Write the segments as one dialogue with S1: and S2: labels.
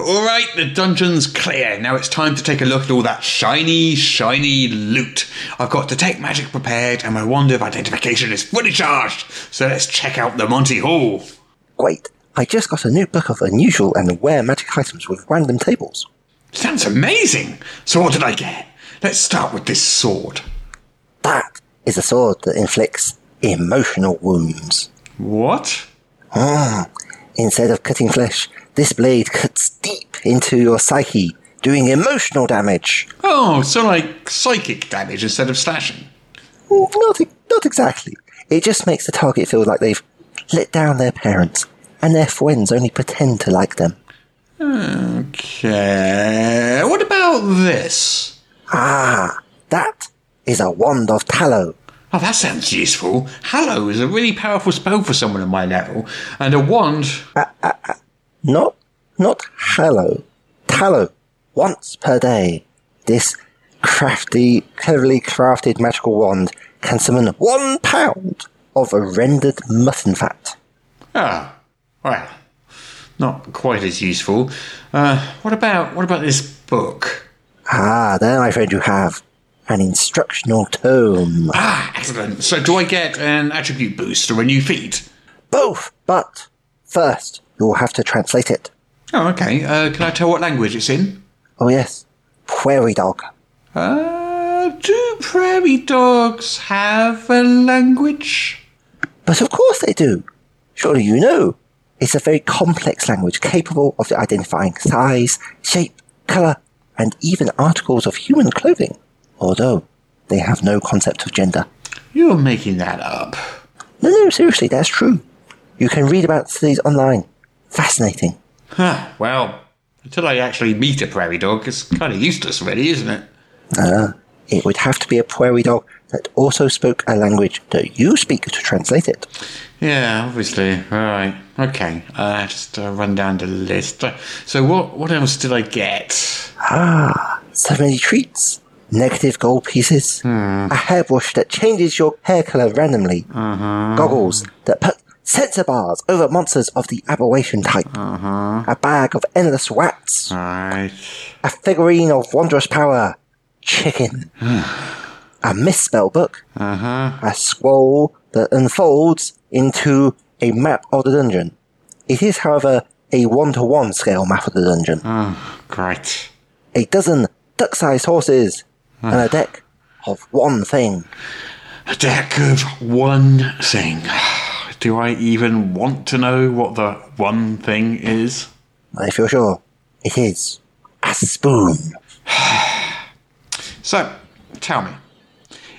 S1: Right, the dungeon's clear. Now it's time to take a look at all that shiny, shiny loot. I've got Detect Magic prepared, and my wand of identification is fully charged. So let's check out the Monty Hall.
S2: Great. I just got a new book of unusual and rare magic items with random tables.
S1: Sounds amazing. So what did I get? Let's start with this sword.
S2: That is a sword that inflicts emotional wounds.
S1: What?
S2: Ah, instead of cutting flesh, this blade cuts deep into your psyche, doing emotional damage.
S1: Oh, so like psychic damage instead of slashing.
S2: Not, e- not exactly. It just makes the target feel like they've let down their parents, and their friends only pretend to like them.
S1: Okay. What about this?
S2: Ah, that is a wand of tallow.
S1: Oh, that sounds useful. Hallow is a really powerful spell for someone of my level, and a wand.
S2: Not, not hallow, tallow. Once per day, this crafty, cleverly crafted magical wand can summon one pound of rendered mutton fat.
S1: Ah, well, not quite as useful. Uh, what about what about this book?
S2: Ah, there, my friend, you have an instructional tome.
S1: Ah, excellent. So, do I get an attribute boost or a new feat?
S2: Both, but first, you will have to translate it.
S1: Oh, okay. Uh, can I tell what language it's in?
S2: Oh, yes, prairie dog.
S1: Uh, do prairie dogs have a language?
S2: But of course they do. Surely you know. It's a very complex language capable of identifying size, shape, color, and even articles of human clothing. Although they have no concept of gender.
S1: You're making that up.
S2: No, no, seriously, that's true. You can read about these online. Fascinating.
S1: Huh, well, until I actually meet a prairie dog, it's kind of useless, really, isn't it?
S2: It would have to be a prairie dog that also spoke a language that you speak to translate it.
S1: Yeah, obviously. All right. Okay. Uh, just uh, run down the list. Uh, So, what what else did I get?
S2: So many treats. Negative gold pieces. A hairbrush that changes your hair color randomly. Goggles that put sensor bars over monsters of the aberration type. A bag of endless rats.
S1: Right.
S2: A figurine of wondrous power. Chicken. a misspell book. A scroll that unfolds into a map of the dungeon. It is, however, a one to one scale map of the dungeon
S1: Great.
S2: a dozen duck-sized horses, and a deck of one thing.
S1: A deck of one thing. Do I even want to know what the one thing is?
S2: If you're sure, it is a spoon.
S1: So, tell me,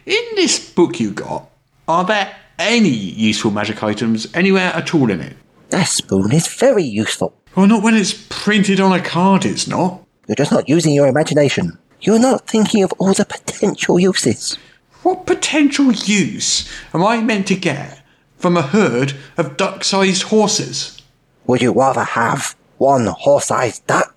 S1: in this book you got, are there any useful magic items anywhere at all in it?
S2: A spoon is very useful.
S1: Well, not when it's printed on a card, it's not.
S2: You're just not using your imagination. You're not thinking of all the potential uses.
S1: What potential use am I meant to get from a herd of duck sized horses?
S2: Would you rather have one horse-sized duck